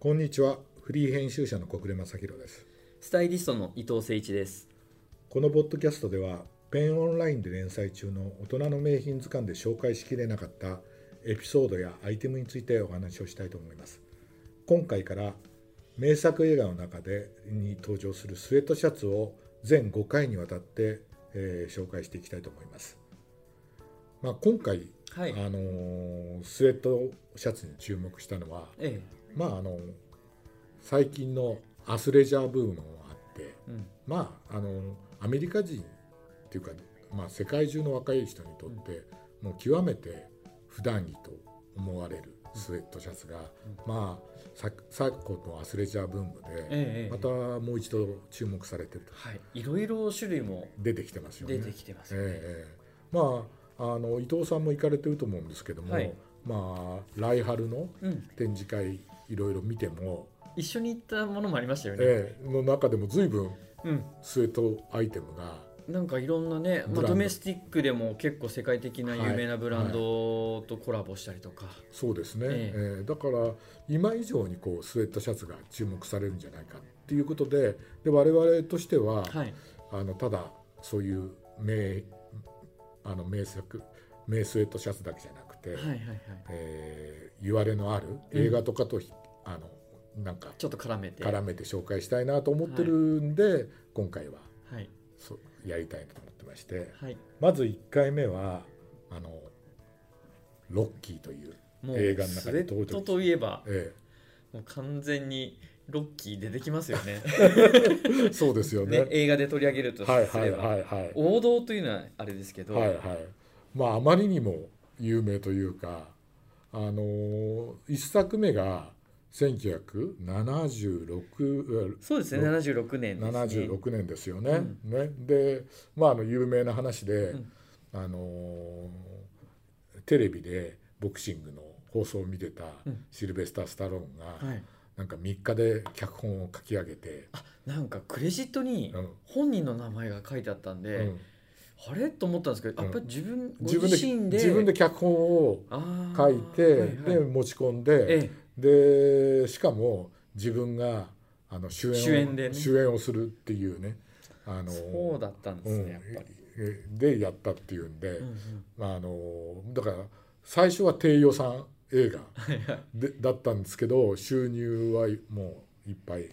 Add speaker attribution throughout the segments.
Speaker 1: こんにちはフリー編集者の小暮正弘です
Speaker 2: スタイリストの伊藤誠一です。
Speaker 1: このポッドキャストではペンオンラインで連載中の大人の名品図鑑で紹介しきれなかったエピソードやアイテムについてお話をしたいと思います今回から名作映画の中でに登場するスウェットシャツを全5回にわたって、えー紹介していきたいと思います、まあ、今回、
Speaker 2: はい。
Speaker 1: あのースウェットシャツに注目したのは
Speaker 2: え
Speaker 1: まああの最近のアスレジャーブームもあって
Speaker 2: え。うん。
Speaker 1: まああのアメリカ人っていうか、まあ、世界中の若い人にとって、もう極めて普段着と思われるスウェットシャツが、まあさ昨今のアスレジャーブームで、
Speaker 2: ええ。
Speaker 1: またもう一度注目されてると
Speaker 2: はい。いろいろ種類も
Speaker 1: 出てきてますよね。
Speaker 2: 出てきてますよね。
Speaker 1: ええまああの伊藤さんも行かれてると思うんですけども、
Speaker 2: はい
Speaker 1: まあ来春の
Speaker 2: うん。
Speaker 1: 展示会いろいろ見ても、
Speaker 2: 一緒に行ったものもありましたよね。
Speaker 1: ええの中でも随分
Speaker 2: うん。
Speaker 1: スウェットアイテムが
Speaker 2: なんかいろんなね、
Speaker 1: ブラ
Speaker 2: ま
Speaker 1: ンド
Speaker 2: あ、ドメスティックでも結構世界的な有名
Speaker 1: は
Speaker 2: ないブランドとコラボしたりとか、
Speaker 1: そうですね、
Speaker 2: え
Speaker 1: ええだから今以上にこうスウェットシャツが注目されるんじゃないかっていうことでで我々としては、
Speaker 2: はい
Speaker 1: あのただそういう名あの名作名スウェットシャツだけじゃなくて、
Speaker 2: はいはいはい
Speaker 1: ええ言われのある映画とかとひ、あのなんか
Speaker 2: ちょっと絡めて
Speaker 1: 絡めて紹介したいなと思ってるんで、今回は
Speaker 2: はい
Speaker 1: そうやりたいなと思ってまして。
Speaker 2: はい
Speaker 1: まず1回目はあのロッキーという、
Speaker 2: もう
Speaker 1: 映画の中
Speaker 2: スウ
Speaker 1: で
Speaker 2: ェ
Speaker 1: 登場
Speaker 2: ットといえば
Speaker 1: え
Speaker 2: もう完全にロッキー出てきますよね
Speaker 1: え、そうですよね
Speaker 2: ね映画で取り上げるとす
Speaker 1: はい
Speaker 2: れば、
Speaker 1: はいはいはい
Speaker 2: 王道というのはあれですけど、
Speaker 1: はいはいまああまりにも有名というかあの1作目が1976
Speaker 2: そうですね
Speaker 1: ろ
Speaker 2: 76年ですね
Speaker 1: 76年ですよね。
Speaker 2: うん
Speaker 1: ねでまああの有名な話で、
Speaker 2: うん
Speaker 1: あのテレビでボクシングの放送を見てた
Speaker 2: うん
Speaker 1: シルベスター・スタローンが、
Speaker 2: はい、
Speaker 1: なんか3日で脚本を書き上げて、
Speaker 2: あなんかクレジットに
Speaker 1: うん
Speaker 2: 本人の名前が書いてあったんで、
Speaker 1: うん
Speaker 2: あれと思ったんですけど
Speaker 1: うん
Speaker 2: やっぱり自分ご
Speaker 1: 自分
Speaker 2: 自身
Speaker 1: で
Speaker 2: で
Speaker 1: 自分で脚本を
Speaker 2: あー
Speaker 1: 書いて、
Speaker 2: はい
Speaker 1: で
Speaker 2: はい
Speaker 1: 持ち込ん
Speaker 2: え
Speaker 1: で、
Speaker 2: え
Speaker 1: でしかも自分があの主演を
Speaker 2: 主演でね
Speaker 1: 主演をするっていうねあの
Speaker 2: そうだったんですね、やっぱり、
Speaker 1: うんでやったっていうんで、
Speaker 2: うんうん
Speaker 1: まあ、あのだから最初は低予算映画でだったんですけど収入はもういっぱい、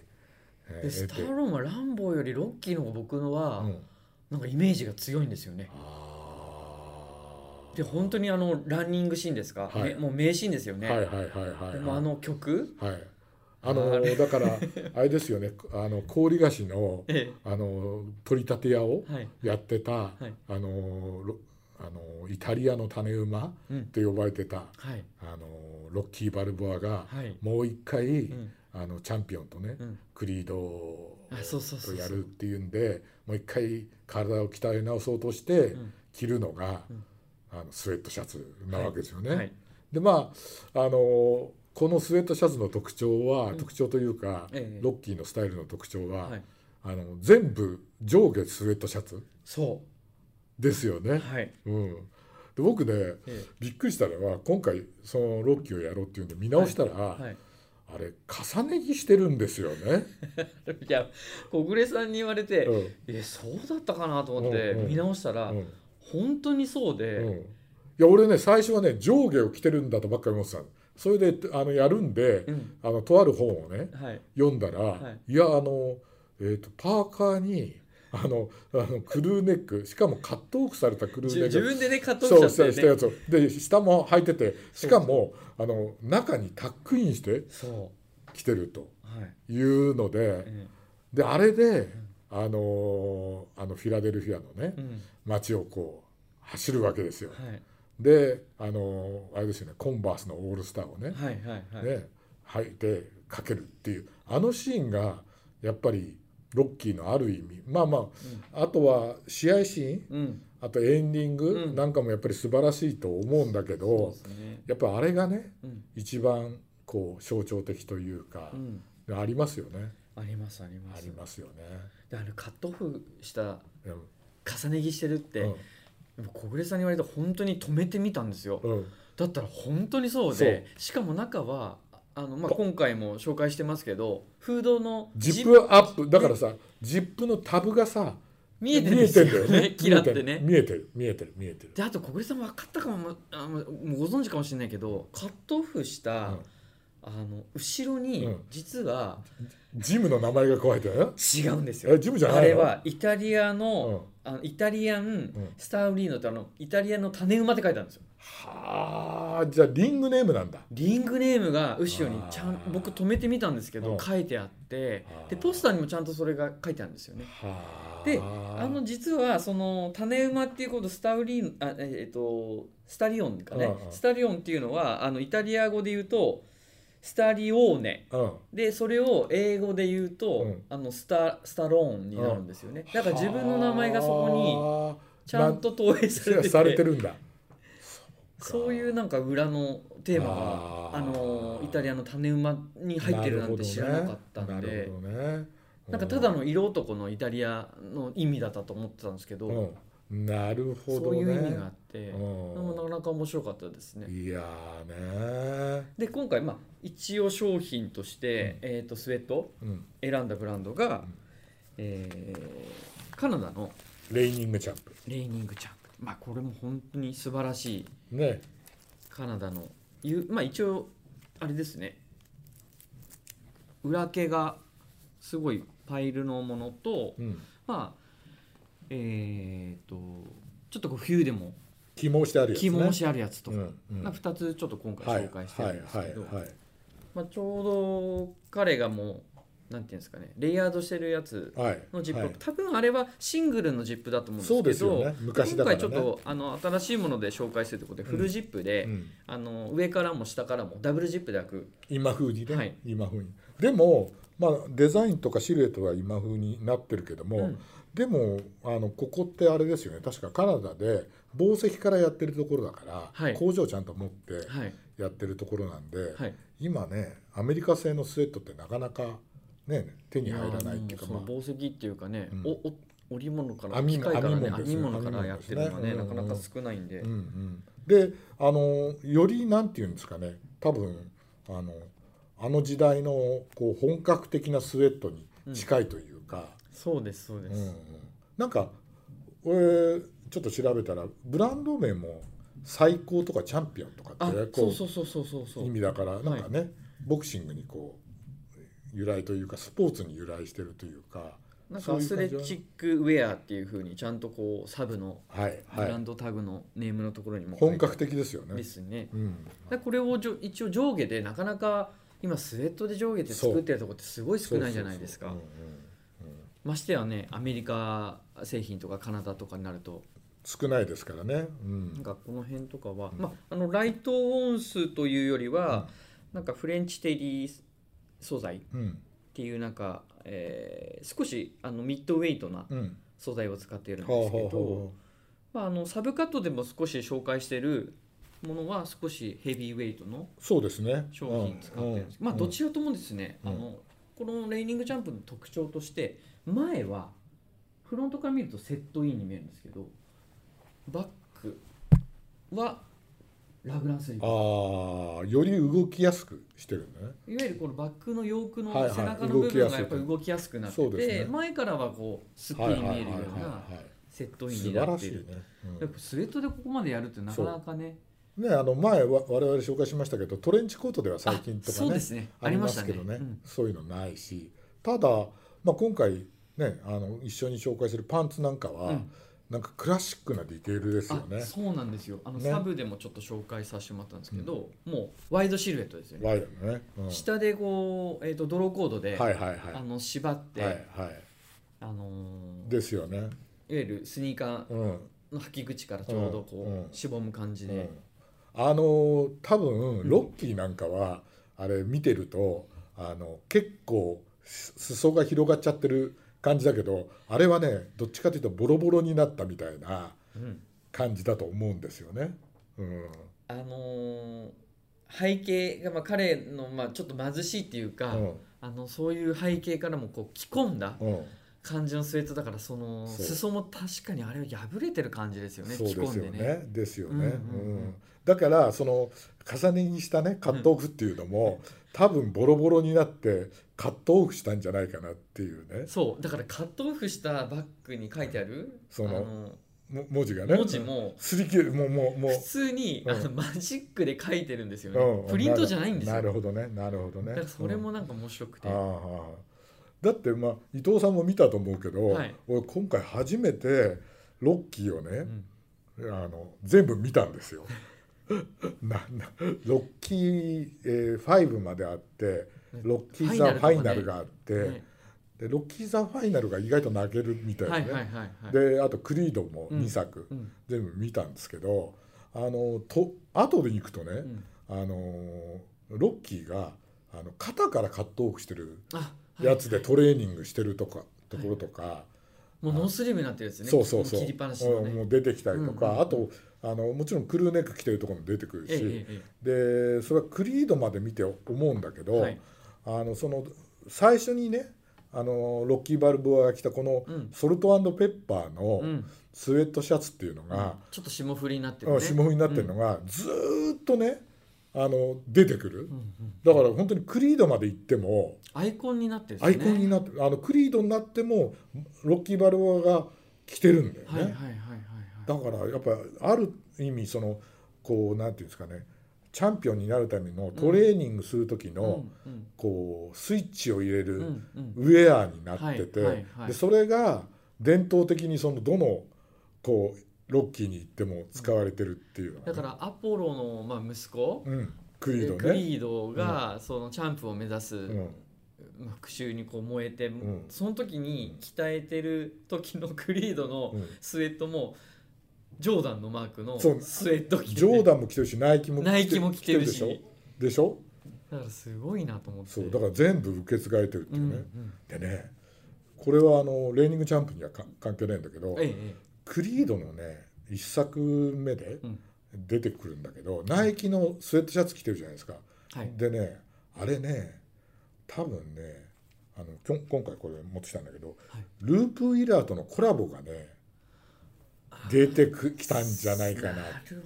Speaker 1: え
Speaker 2: で
Speaker 1: ー
Speaker 2: ス
Speaker 1: 得
Speaker 2: タ
Speaker 1: て。
Speaker 2: ーローンはランボーよりロッキーの方が僕のは、
Speaker 1: うん
Speaker 2: なんかイメージが強いんですよね
Speaker 1: あー
Speaker 2: で本当にあのランニングシーンですか、
Speaker 1: はい
Speaker 2: ねもう名シーンですよね、
Speaker 1: はいはいはいはい、はい、
Speaker 2: でもあの曲、
Speaker 1: はい。あの
Speaker 2: あ
Speaker 1: だからあれですよね。あの氷菓子の
Speaker 2: え
Speaker 1: あの取り立て屋を
Speaker 2: えはい
Speaker 1: やってた、
Speaker 2: い
Speaker 1: あのロあのイタリアの種馬
Speaker 2: う
Speaker 1: っ
Speaker 2: ん、
Speaker 1: て呼ばれてた
Speaker 2: はい
Speaker 1: あのロッキー・バルボアが
Speaker 2: はい、
Speaker 1: もう一回、
Speaker 2: うん
Speaker 1: あのチャンピオンとね、
Speaker 2: うん、
Speaker 1: クリードを
Speaker 2: あそうそうそうそう
Speaker 1: やるっていうんでもう一回体を鍛え直そうとして、
Speaker 2: うん
Speaker 1: 着るのが、
Speaker 2: うん
Speaker 1: あのスウェットシャツなわけですよね。
Speaker 2: はい
Speaker 1: でまああのこのスウェットシャツの特徴は、
Speaker 2: うん
Speaker 1: 特徴というか、
Speaker 2: ええ
Speaker 1: ロッキーのスタイルの特徴は、
Speaker 2: はい、
Speaker 1: あの全部上下スウェットシャツ
Speaker 2: そ
Speaker 1: ですよ
Speaker 2: う
Speaker 1: ね。
Speaker 2: はい、
Speaker 1: うん、で僕ね
Speaker 2: え
Speaker 1: びっくりしたのは今回そのロッキーをやろうっていうんで見直したら、
Speaker 2: えはい、
Speaker 1: あれ重ね着してるんですよね。
Speaker 2: いや小暮さんに言われて、
Speaker 1: うん
Speaker 2: えそうだったかなと思って
Speaker 1: うんうん
Speaker 2: 見直したら、
Speaker 1: うん
Speaker 2: 本当にそうで、
Speaker 1: うん、いや俺ね最初はね上下を着てるんだとばっかり思ってたのそれであのやるんで
Speaker 2: うん
Speaker 1: あのとある本をね
Speaker 2: はい、
Speaker 1: 読んだら、、
Speaker 2: はい
Speaker 1: やあの、えー、とパーカーに あのあのクルーネックしかもカットオフされたクル
Speaker 2: じ
Speaker 1: ー
Speaker 2: ゅ
Speaker 1: ネ
Speaker 2: 自
Speaker 1: ック
Speaker 2: 分でねカットオ
Speaker 1: そう
Speaker 2: フ
Speaker 1: し
Speaker 2: した
Speaker 1: た
Speaker 2: よ
Speaker 1: や
Speaker 2: ね
Speaker 1: つをで下も履いててしかもあの中にタックインして
Speaker 2: そ
Speaker 1: 着てると
Speaker 2: うはい、
Speaker 1: いうので
Speaker 2: え
Speaker 1: であれで、あのあのフィラデルフィアのね
Speaker 2: えうん
Speaker 1: 街をこう走るわけですよ。
Speaker 2: はい
Speaker 1: であのあれですよねコンバースのオールスターをね,、
Speaker 2: はいはいはい、
Speaker 1: ね履いてかけるっていうあのシーンがやっぱりロッキーのある意味まあまあ、あとは試合シーン
Speaker 2: うん
Speaker 1: あとエンディング
Speaker 2: うん
Speaker 1: なんかもやっぱり素晴らしいと思うんだけど、
Speaker 2: そうですね
Speaker 1: やっぱあれがね
Speaker 2: うん
Speaker 1: 一番こう象徴的というか
Speaker 2: う、ん
Speaker 1: ありますよね
Speaker 2: ありますありま
Speaker 1: あ
Speaker 2: す
Speaker 1: りますよね。
Speaker 2: であのカットオフした
Speaker 1: うん
Speaker 2: 重ね着してるって、
Speaker 1: うん
Speaker 2: でも小暮さんに言われて本当に止めてみたんですよ、
Speaker 1: うん
Speaker 2: だったら本当にそうでしかも中はあの、まあ、今回も紹介してますけどフードの
Speaker 1: ジッ
Speaker 2: ジップ
Speaker 1: プアップだからさジップのタブがさ
Speaker 2: 見えてるんですよ
Speaker 1: 見え
Speaker 2: ね キラってね
Speaker 1: 見えてる見えてる見えてる
Speaker 2: であと小暮さんも分かったかもあもうご存知かもしれないけどカットオフした、
Speaker 1: うん
Speaker 2: あの後ろに
Speaker 1: うん
Speaker 2: 実は
Speaker 1: ジムの名前が書いてあるよ
Speaker 2: 違うんですよ、
Speaker 1: えジムじゃないの
Speaker 2: あれはイタリア
Speaker 1: うん
Speaker 2: の,、
Speaker 1: は
Speaker 2: あのイタリアンスタウリーノってあのイタリアの種馬って書いてあるんですよ
Speaker 1: あじゃあリングネームなんだ
Speaker 2: リングネームが後ろにちゃ
Speaker 1: あ
Speaker 2: ん
Speaker 1: ー
Speaker 2: 僕止めてみたんですけ
Speaker 1: う
Speaker 2: ど
Speaker 1: ん
Speaker 2: 書いてあって
Speaker 1: あー
Speaker 2: でポスターにもちゃんとそれが書いてあるんですよね
Speaker 1: は
Speaker 2: であの実はその種馬っていうことスタウリーンあええっとスタリオンかね
Speaker 1: うんうん
Speaker 2: スタリオンっていうのはあのイタリア語で言うとスタリオーネ
Speaker 1: うん
Speaker 2: でそれを英語で言うと、
Speaker 1: うん
Speaker 2: あのスタスタローンになるんですよね、だから自分の名前がそこに
Speaker 1: はあ
Speaker 2: ちゃんと投影されて
Speaker 1: な
Speaker 2: て
Speaker 1: されてるんだ
Speaker 2: そういうなんか裏のテーマが
Speaker 1: あー
Speaker 2: あのイタリアの種馬に入ってるなんて知らなかったんで
Speaker 1: な
Speaker 2: な,、
Speaker 1: るほどねなるほどね
Speaker 2: んかただの色男のイタリアの意味だったと思ってたんですけど、
Speaker 1: うんなるほ
Speaker 2: そ
Speaker 1: ど
Speaker 2: う
Speaker 1: ね
Speaker 2: いう意味があって、でも
Speaker 1: う
Speaker 2: なかなか面白かったですね
Speaker 1: んいやーね
Speaker 2: で今回まあ一応商品として、えー、とスウェットを
Speaker 1: うん
Speaker 2: 選んだブランドが、
Speaker 1: ん
Speaker 2: えーカナダの
Speaker 1: レイニングチャンプ
Speaker 2: レーニングチャンプまあこれも本当に素晴らしい
Speaker 1: ね
Speaker 2: カナダのゆまあ一応あれですね裏毛がすごいパイルのものと
Speaker 1: うん
Speaker 2: まあえー、とちょっとこう冬でも
Speaker 1: 起毛してあるやつね
Speaker 2: 起毛しあるやつとか、
Speaker 1: うんうん
Speaker 2: まあ、2つちょっと今
Speaker 1: は
Speaker 2: 回
Speaker 1: い
Speaker 2: 紹介してるんですけど、
Speaker 1: はいはいはい
Speaker 2: まあ、ちょうど彼がもうなんていうんですかねレイヤードしてるやつ
Speaker 1: はい
Speaker 2: のジップ、
Speaker 1: はい
Speaker 2: 多分あれはシングルのジップだと思
Speaker 1: そううん
Speaker 2: で
Speaker 1: ですす
Speaker 2: けど
Speaker 1: よね昔だからね
Speaker 2: 今回ちょっとあの新しいもので紹介するということでフルジップで、
Speaker 1: うん
Speaker 2: あの上からも下からもダブルジップで開く
Speaker 1: 今風にね、
Speaker 2: はい
Speaker 1: 今風にでも、まあ、デザインとかシルエットは今風になってるけども、
Speaker 2: うん
Speaker 1: でもあのここってあれですよね確かカナダで紡績からやってるところだから、
Speaker 2: はい
Speaker 1: 工場ちゃんと持って
Speaker 2: はい
Speaker 1: やってるところなんで、
Speaker 2: はい
Speaker 1: 今ねアメリカ製のスウェットってなかなか、ね、手に入らないっていうか
Speaker 2: やーもうその
Speaker 1: まあ、
Speaker 2: 紡績っていうかね、
Speaker 1: うん
Speaker 2: おお織物から
Speaker 1: 編み
Speaker 2: 機械からね
Speaker 1: 編み物です
Speaker 2: 編み物からやってるのがね
Speaker 1: 編み物で
Speaker 2: な
Speaker 1: す
Speaker 2: か
Speaker 1: ね
Speaker 2: なか少ないんで、
Speaker 1: うんうん、であのよりなんていうんですかね多分あのあの時代のこう本格的なスウェットに近いというか。
Speaker 2: そうですそうです、
Speaker 1: うんうんなんか俺ちょっと調べたらブランド名も「最高」とか「チャンピオン」とか
Speaker 2: あ
Speaker 1: って
Speaker 2: そ
Speaker 1: こ
Speaker 2: うそうそうそうそうそうう
Speaker 1: 意味だからなんかね、ボクシングにこう由来というかスポーツに由来してるというか
Speaker 2: なん
Speaker 1: そう
Speaker 2: かア
Speaker 1: いう
Speaker 2: ス
Speaker 1: 感
Speaker 2: レ
Speaker 1: じは
Speaker 2: チックウェアっていうふうにちゃんとこうサブの
Speaker 1: はい
Speaker 2: ブ
Speaker 1: は
Speaker 2: ラ
Speaker 1: い
Speaker 2: ンドタグのネームのところにも書い
Speaker 1: 本
Speaker 2: てある
Speaker 1: 格的ですよね。
Speaker 2: ですね
Speaker 1: うん、
Speaker 2: だからこれをじょ一応上下でなかなか今スウェットで上下で作ってるとこってすごい少ないじゃないですか
Speaker 1: そうそうそううんうん
Speaker 2: ましてやねアメリカ製品とかカナダとかになると
Speaker 1: 少ないですからね。う
Speaker 2: なん
Speaker 1: ん、
Speaker 2: かこの辺とかは、
Speaker 1: うん
Speaker 2: まあ、あのライトオンスというよりは、なんかフレンチテリー素材っ
Speaker 1: うん
Speaker 2: ていうなんか、えー少しあのミッドウェイトな
Speaker 1: うん
Speaker 2: 素材を使っているん
Speaker 1: はあ
Speaker 2: で
Speaker 1: は
Speaker 2: すけ
Speaker 1: あは
Speaker 2: どまああのサブカットでも少し紹介しているものは少しヘビーウェイトの
Speaker 1: あそうですね。
Speaker 2: 商品使ってるんですけど、まあどちらともですね、
Speaker 1: うん
Speaker 2: あのこのレイニングジャンプの特徴として前はフロントから見るとセットインに見えるんですけどバックはラグランスリーブ
Speaker 1: ああより動きやすくしてるんだね。
Speaker 2: いわゆるこのバックのヨークの
Speaker 1: はいはい
Speaker 2: 背中の
Speaker 1: 動
Speaker 2: 部
Speaker 1: きや
Speaker 2: 分
Speaker 1: すい
Speaker 2: がやっぱり動きやすくなって
Speaker 1: そう
Speaker 2: て、
Speaker 1: ですね
Speaker 2: 前からはこうすっきり見えるようなセットイン
Speaker 1: 素
Speaker 2: に
Speaker 1: 晴
Speaker 2: な
Speaker 1: ら
Speaker 2: って
Speaker 1: しい
Speaker 2: い
Speaker 1: ね
Speaker 2: る。やっぱスウェットでここまでやるってなかなかね
Speaker 1: うんねあの前わ我々紹介しましたけどトレンチコートでは最近とか
Speaker 2: そう
Speaker 1: ね
Speaker 2: ですね
Speaker 1: あ
Speaker 2: あ
Speaker 1: り
Speaker 2: り
Speaker 1: ま
Speaker 2: ました
Speaker 1: す
Speaker 2: ね
Speaker 1: けどね
Speaker 2: うん
Speaker 1: そういうのないしただ、まあ、今回ねあの一緒に紹介するパンツなんかは、
Speaker 2: うん
Speaker 1: なんかクラシックなディテールですよね
Speaker 2: あそうなんですよあの、
Speaker 1: ね
Speaker 2: サブでもちょっと紹介させてもらったんですけど、もうワイドシルエットですよね、
Speaker 1: ワイドのね、うんは
Speaker 2: 下でこう、えー、とドローコードで、
Speaker 1: いはいはい
Speaker 2: あの縛って、
Speaker 1: はいはい
Speaker 2: あのーいわ
Speaker 1: ですよね
Speaker 2: ゆるスニーカー
Speaker 1: うん
Speaker 2: の履き口からちょうどこう、
Speaker 1: うんうん
Speaker 2: しぼむ感じで、
Speaker 1: あのー多分ロッキーなんかは、あれ見てるとあの結構す裾が広がっちゃってる感じだけどあれはねどっちかというとボロボロになったみたいな
Speaker 2: うん
Speaker 1: 感じだと思うんですよね。うん、
Speaker 2: あのー背景が、まあ、彼の、まあ、ちょっと貧しいっていうか、
Speaker 1: うん
Speaker 2: あのそういう背景からもこう着込んだ
Speaker 1: うん
Speaker 2: 感じのスウェットだからその
Speaker 1: そう
Speaker 2: 裾も確かにあれは破れてる感じですよね
Speaker 1: そう
Speaker 2: 着
Speaker 1: で
Speaker 2: 込
Speaker 1: す
Speaker 2: ん
Speaker 1: よ
Speaker 2: でね
Speaker 1: ね。ですよね。う
Speaker 2: うんうんうん
Speaker 1: んだからその重ね着したねカットオフっていうのも、多分ボロボロになってカットオフしたんじゃないかなっていうね
Speaker 2: そうだからカットオフしたバッグに書いてある
Speaker 1: その
Speaker 2: あの
Speaker 1: も文字がね
Speaker 2: 文字も
Speaker 1: すり切れもうもうもう
Speaker 2: 普通に、
Speaker 1: うん
Speaker 2: あのマジックで書いてるんですよね、
Speaker 1: うん
Speaker 2: プリントじゃないんですよ
Speaker 1: なるほどねなるほどね
Speaker 2: だからそれもなんか面白くて、
Speaker 1: ああああだってまあ伊藤さんも見たと思うけど、
Speaker 2: はい
Speaker 1: 俺今回初めてロッキーを
Speaker 2: う
Speaker 1: ね、
Speaker 2: ん
Speaker 1: あの全部見たんですよ。 ななロッキー、えー、5まであってロッキー・ザ・ファイナルがあって、
Speaker 2: ね
Speaker 1: でロッキー・ザ・ファイナルが意外と泣けるみたいな
Speaker 2: はい
Speaker 1: ね、
Speaker 2: はいはいはい
Speaker 1: であとクリードも2作、
Speaker 2: うん
Speaker 1: 全部見たんですけどあのと後で行くとね、
Speaker 2: うん
Speaker 1: あのロッキーがあの肩からカットオフしてる
Speaker 2: あはい
Speaker 1: やつでトレーニングしてるとか、ところとか、
Speaker 2: もうノースリーブになってるやつね
Speaker 1: そうそうそう、
Speaker 2: 切りっぱなしのね、
Speaker 1: うんもう出てきたりとか、
Speaker 2: うんうんうん
Speaker 1: あとあのもちろんクルーネック着てるところも出てくるし、
Speaker 2: えええええ
Speaker 1: でそれはクリードまで見て思うんだけど、
Speaker 2: はい
Speaker 1: あのその最初にねあのロッキー・バルボアが着たこの
Speaker 2: うん
Speaker 1: ソルトペッパー
Speaker 2: えう
Speaker 1: の
Speaker 2: ん
Speaker 1: スウェットシャツっていうのが、
Speaker 2: ちょっと霜降りになって
Speaker 1: う
Speaker 2: る
Speaker 1: ん
Speaker 2: ね
Speaker 1: 霜降りになってるのが、ずーっとねあの出てくる
Speaker 2: うん、うん
Speaker 1: だから本当にクリードまで行っても
Speaker 2: アイコンになってるん
Speaker 1: アイコンにな
Speaker 2: な
Speaker 1: って、あのクリードになってもロッキー・バルボアが着てるんだよね。
Speaker 2: はいはいはいはい
Speaker 1: だからやっぱある意味そのこうなんていうんですかねチャンピオンになるためのトレーニングする時の、
Speaker 2: はいうんうん
Speaker 1: こうスイッチを入れ
Speaker 2: う
Speaker 1: る
Speaker 2: んうん
Speaker 1: ウェアになってて、
Speaker 2: はいはいはい
Speaker 1: でそれが伝統的にそのどのこうロッキーに行っても使われてるっていうのがね
Speaker 2: だからアポロのまあ息子
Speaker 1: うん、クリ
Speaker 2: で
Speaker 1: ード
Speaker 2: ク
Speaker 1: ね。
Speaker 2: リードがそのチャンプを目指す
Speaker 1: うん
Speaker 2: まあ復讐にこう燃えて
Speaker 1: ん
Speaker 2: その時に鍛えてる時のクリードの
Speaker 1: うん
Speaker 2: スウェットもジョーダンのマークのスウ
Speaker 1: そう
Speaker 2: ェット着てて
Speaker 1: ジョーダンも着てるしナイキも
Speaker 2: ナイキも着てる
Speaker 1: 着で
Speaker 2: し
Speaker 1: しょでしょ
Speaker 2: だからすごいなと思って
Speaker 1: そうだから全部受け継がれてるっていううん
Speaker 2: う
Speaker 1: ね、で
Speaker 2: ん
Speaker 1: ねこれはあのレーニングチャンプにはか関係ないんだけど、
Speaker 2: えええ
Speaker 1: クリードのね1作目で
Speaker 2: うん
Speaker 1: 出てくるんだけど、ナイキのスウェットシャツ着てるじゃないですか、
Speaker 2: えはい
Speaker 1: でねあれね多分ねあのきょん今回これ持ってきたんだけど、
Speaker 2: はい
Speaker 1: ループ・ウィラーとのコラボがね出てくきたんじゃないかなっ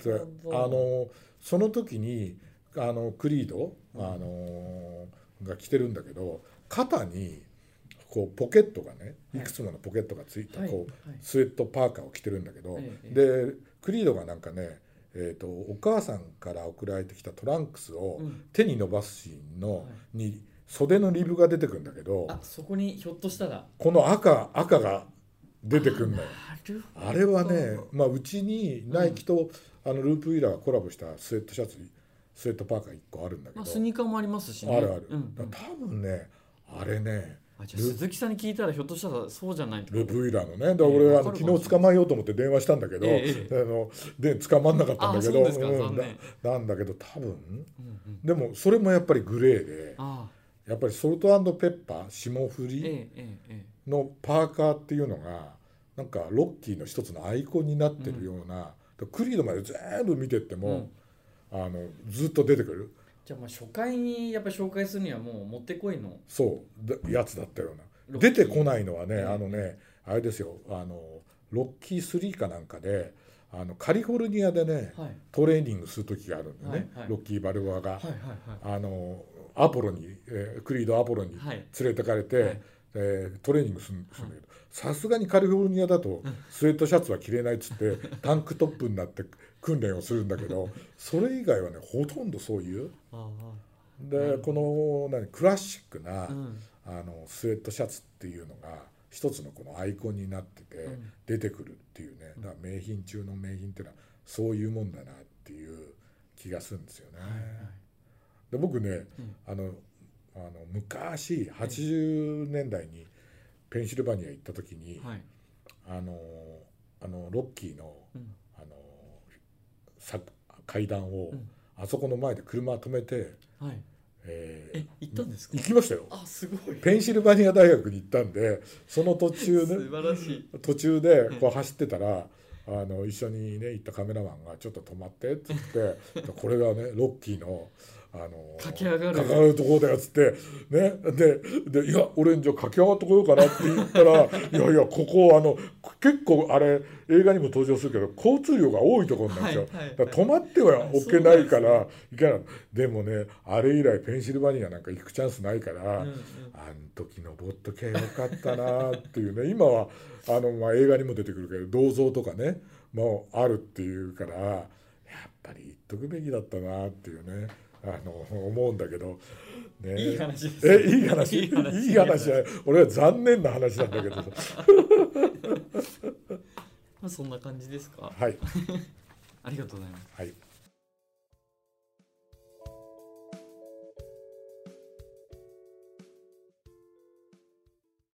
Speaker 1: て
Speaker 2: なるほど
Speaker 1: あのその時にあのクリード、あのが着てるんだけど肩にこうポケットがねいくつものポケットがついた、
Speaker 2: はい
Speaker 1: こう
Speaker 2: はい
Speaker 1: スウェットパーカーを着てるんだけど、
Speaker 2: ええ
Speaker 1: でクリードがなんかね、えー、とお母さんから送られてきたトランクスを
Speaker 2: うん
Speaker 1: 手に伸ばすシーンの、
Speaker 2: はい
Speaker 1: に袖のリブが出てくるんだけど
Speaker 2: あそこにひょっとしたら
Speaker 1: この赤赤が出てくるんだよ。
Speaker 2: なるほど
Speaker 1: あれはね、まあ、うちにナイキと、あのループウィラーがコラボしたスウェットシャツスウェットパーカー1個あるんだけ
Speaker 2: ま
Speaker 1: ど、
Speaker 2: あスニーカーもありますしね
Speaker 1: あるある、
Speaker 2: うんうん
Speaker 1: だから多分ねあれね
Speaker 2: あじゃあ鈴木さんに聞いたらひょっとしたらそうじゃないと
Speaker 1: ループウィラーのねだから俺
Speaker 2: ええ
Speaker 1: はあの
Speaker 2: わかるかも
Speaker 1: 昨日捕まえようと思って電話したんだけど、
Speaker 2: えええ
Speaker 1: あので捕まんなかったんだけど
Speaker 2: あそうですか残念
Speaker 1: ななんだけど多分
Speaker 2: うんうん
Speaker 1: でもそれもやっぱりグレーで
Speaker 2: あ
Speaker 1: やっぱりソルトペッパー霜降
Speaker 2: え
Speaker 1: り
Speaker 2: ええええ
Speaker 1: のパーカーっていうのがなんかロッキーの一つのアイコンになってるような、クリードまで全部見てって
Speaker 2: えう
Speaker 1: も
Speaker 2: ん、
Speaker 1: あのずっと出てくる
Speaker 2: じゃあまあ初回にやっぱり紹介するにはもうもってこいの
Speaker 1: そうだやつだったような
Speaker 2: ロッキ
Speaker 1: 出
Speaker 2: ー
Speaker 1: てこないのはね、
Speaker 2: うん
Speaker 1: あのねあれですよあのロッキー3かなんかであのカリフォルニアでね
Speaker 2: はい
Speaker 1: トレーニングする時があるんでね、
Speaker 2: はいはい
Speaker 1: ロッキー・バルボアが、
Speaker 2: はいはいはい
Speaker 1: あのアポロに、えークリード・アポロに
Speaker 2: はい
Speaker 1: 連れてかれて、
Speaker 2: はい
Speaker 1: えートレーニングするするんだけどさすがにカリフォルニアだとスウェットシャツは着れないっつって タンクトップになって訓練をするんだけどそれ以外はねほとんどそういう。
Speaker 2: あ
Speaker 1: で、
Speaker 2: うん
Speaker 1: この何クラシックな、
Speaker 2: あうん
Speaker 1: あのスウェットシャツっていうのが一つのこのアイコンになってて、
Speaker 2: うん
Speaker 1: 出てくるっていうねだから名品中の名品っていうのはそういうもんだなっていう気がするんですよね。で僕ね、
Speaker 2: うん
Speaker 1: あのあの昔80年代にペンシルバニア行った時に、
Speaker 2: はい
Speaker 1: あのあのロッキーの
Speaker 2: うん
Speaker 1: あのさ階段を、
Speaker 2: うん
Speaker 1: あそこの前で車止めて、
Speaker 2: はい
Speaker 1: えー
Speaker 2: え行ったんですか
Speaker 1: 行きましたよ。
Speaker 2: あすごい
Speaker 1: ペンシルバニア大学に行ったんでその途中
Speaker 2: 素
Speaker 1: ね
Speaker 2: 晴らしい
Speaker 1: 途中でこう走ってたらあ の一緒にね行ったカメラマンが「ちょっと止まって」って言ってこれがねロッキーのあの
Speaker 2: 駆け上がる
Speaker 1: 駆け上がるところだよっつってねででいや俺んじゃ駆け上がってこようかなって言ったら いやいやここあの結構あれ映画にも登場するけど交通量が多いところなんですよ、
Speaker 2: はいはいはい
Speaker 1: だから止まってはおけないからいけないでもねあれ以来ペンシルバニアなんか行くチャンスないから、
Speaker 2: うんうん
Speaker 1: あん時登っときゃよかったなっていうね 今はあの、まあ、映画にも出てくるけど銅像とかねもうあるっていうからやっぱり行っとくべきだったなっていうねあの思うんだけど、ね、
Speaker 2: いい話です
Speaker 1: えいい話
Speaker 2: いい話
Speaker 1: いい話じゃない俺は残念な話なんだけどさ
Speaker 2: まあそんな感じですか
Speaker 1: はい
Speaker 2: ありがとうございます
Speaker 1: はい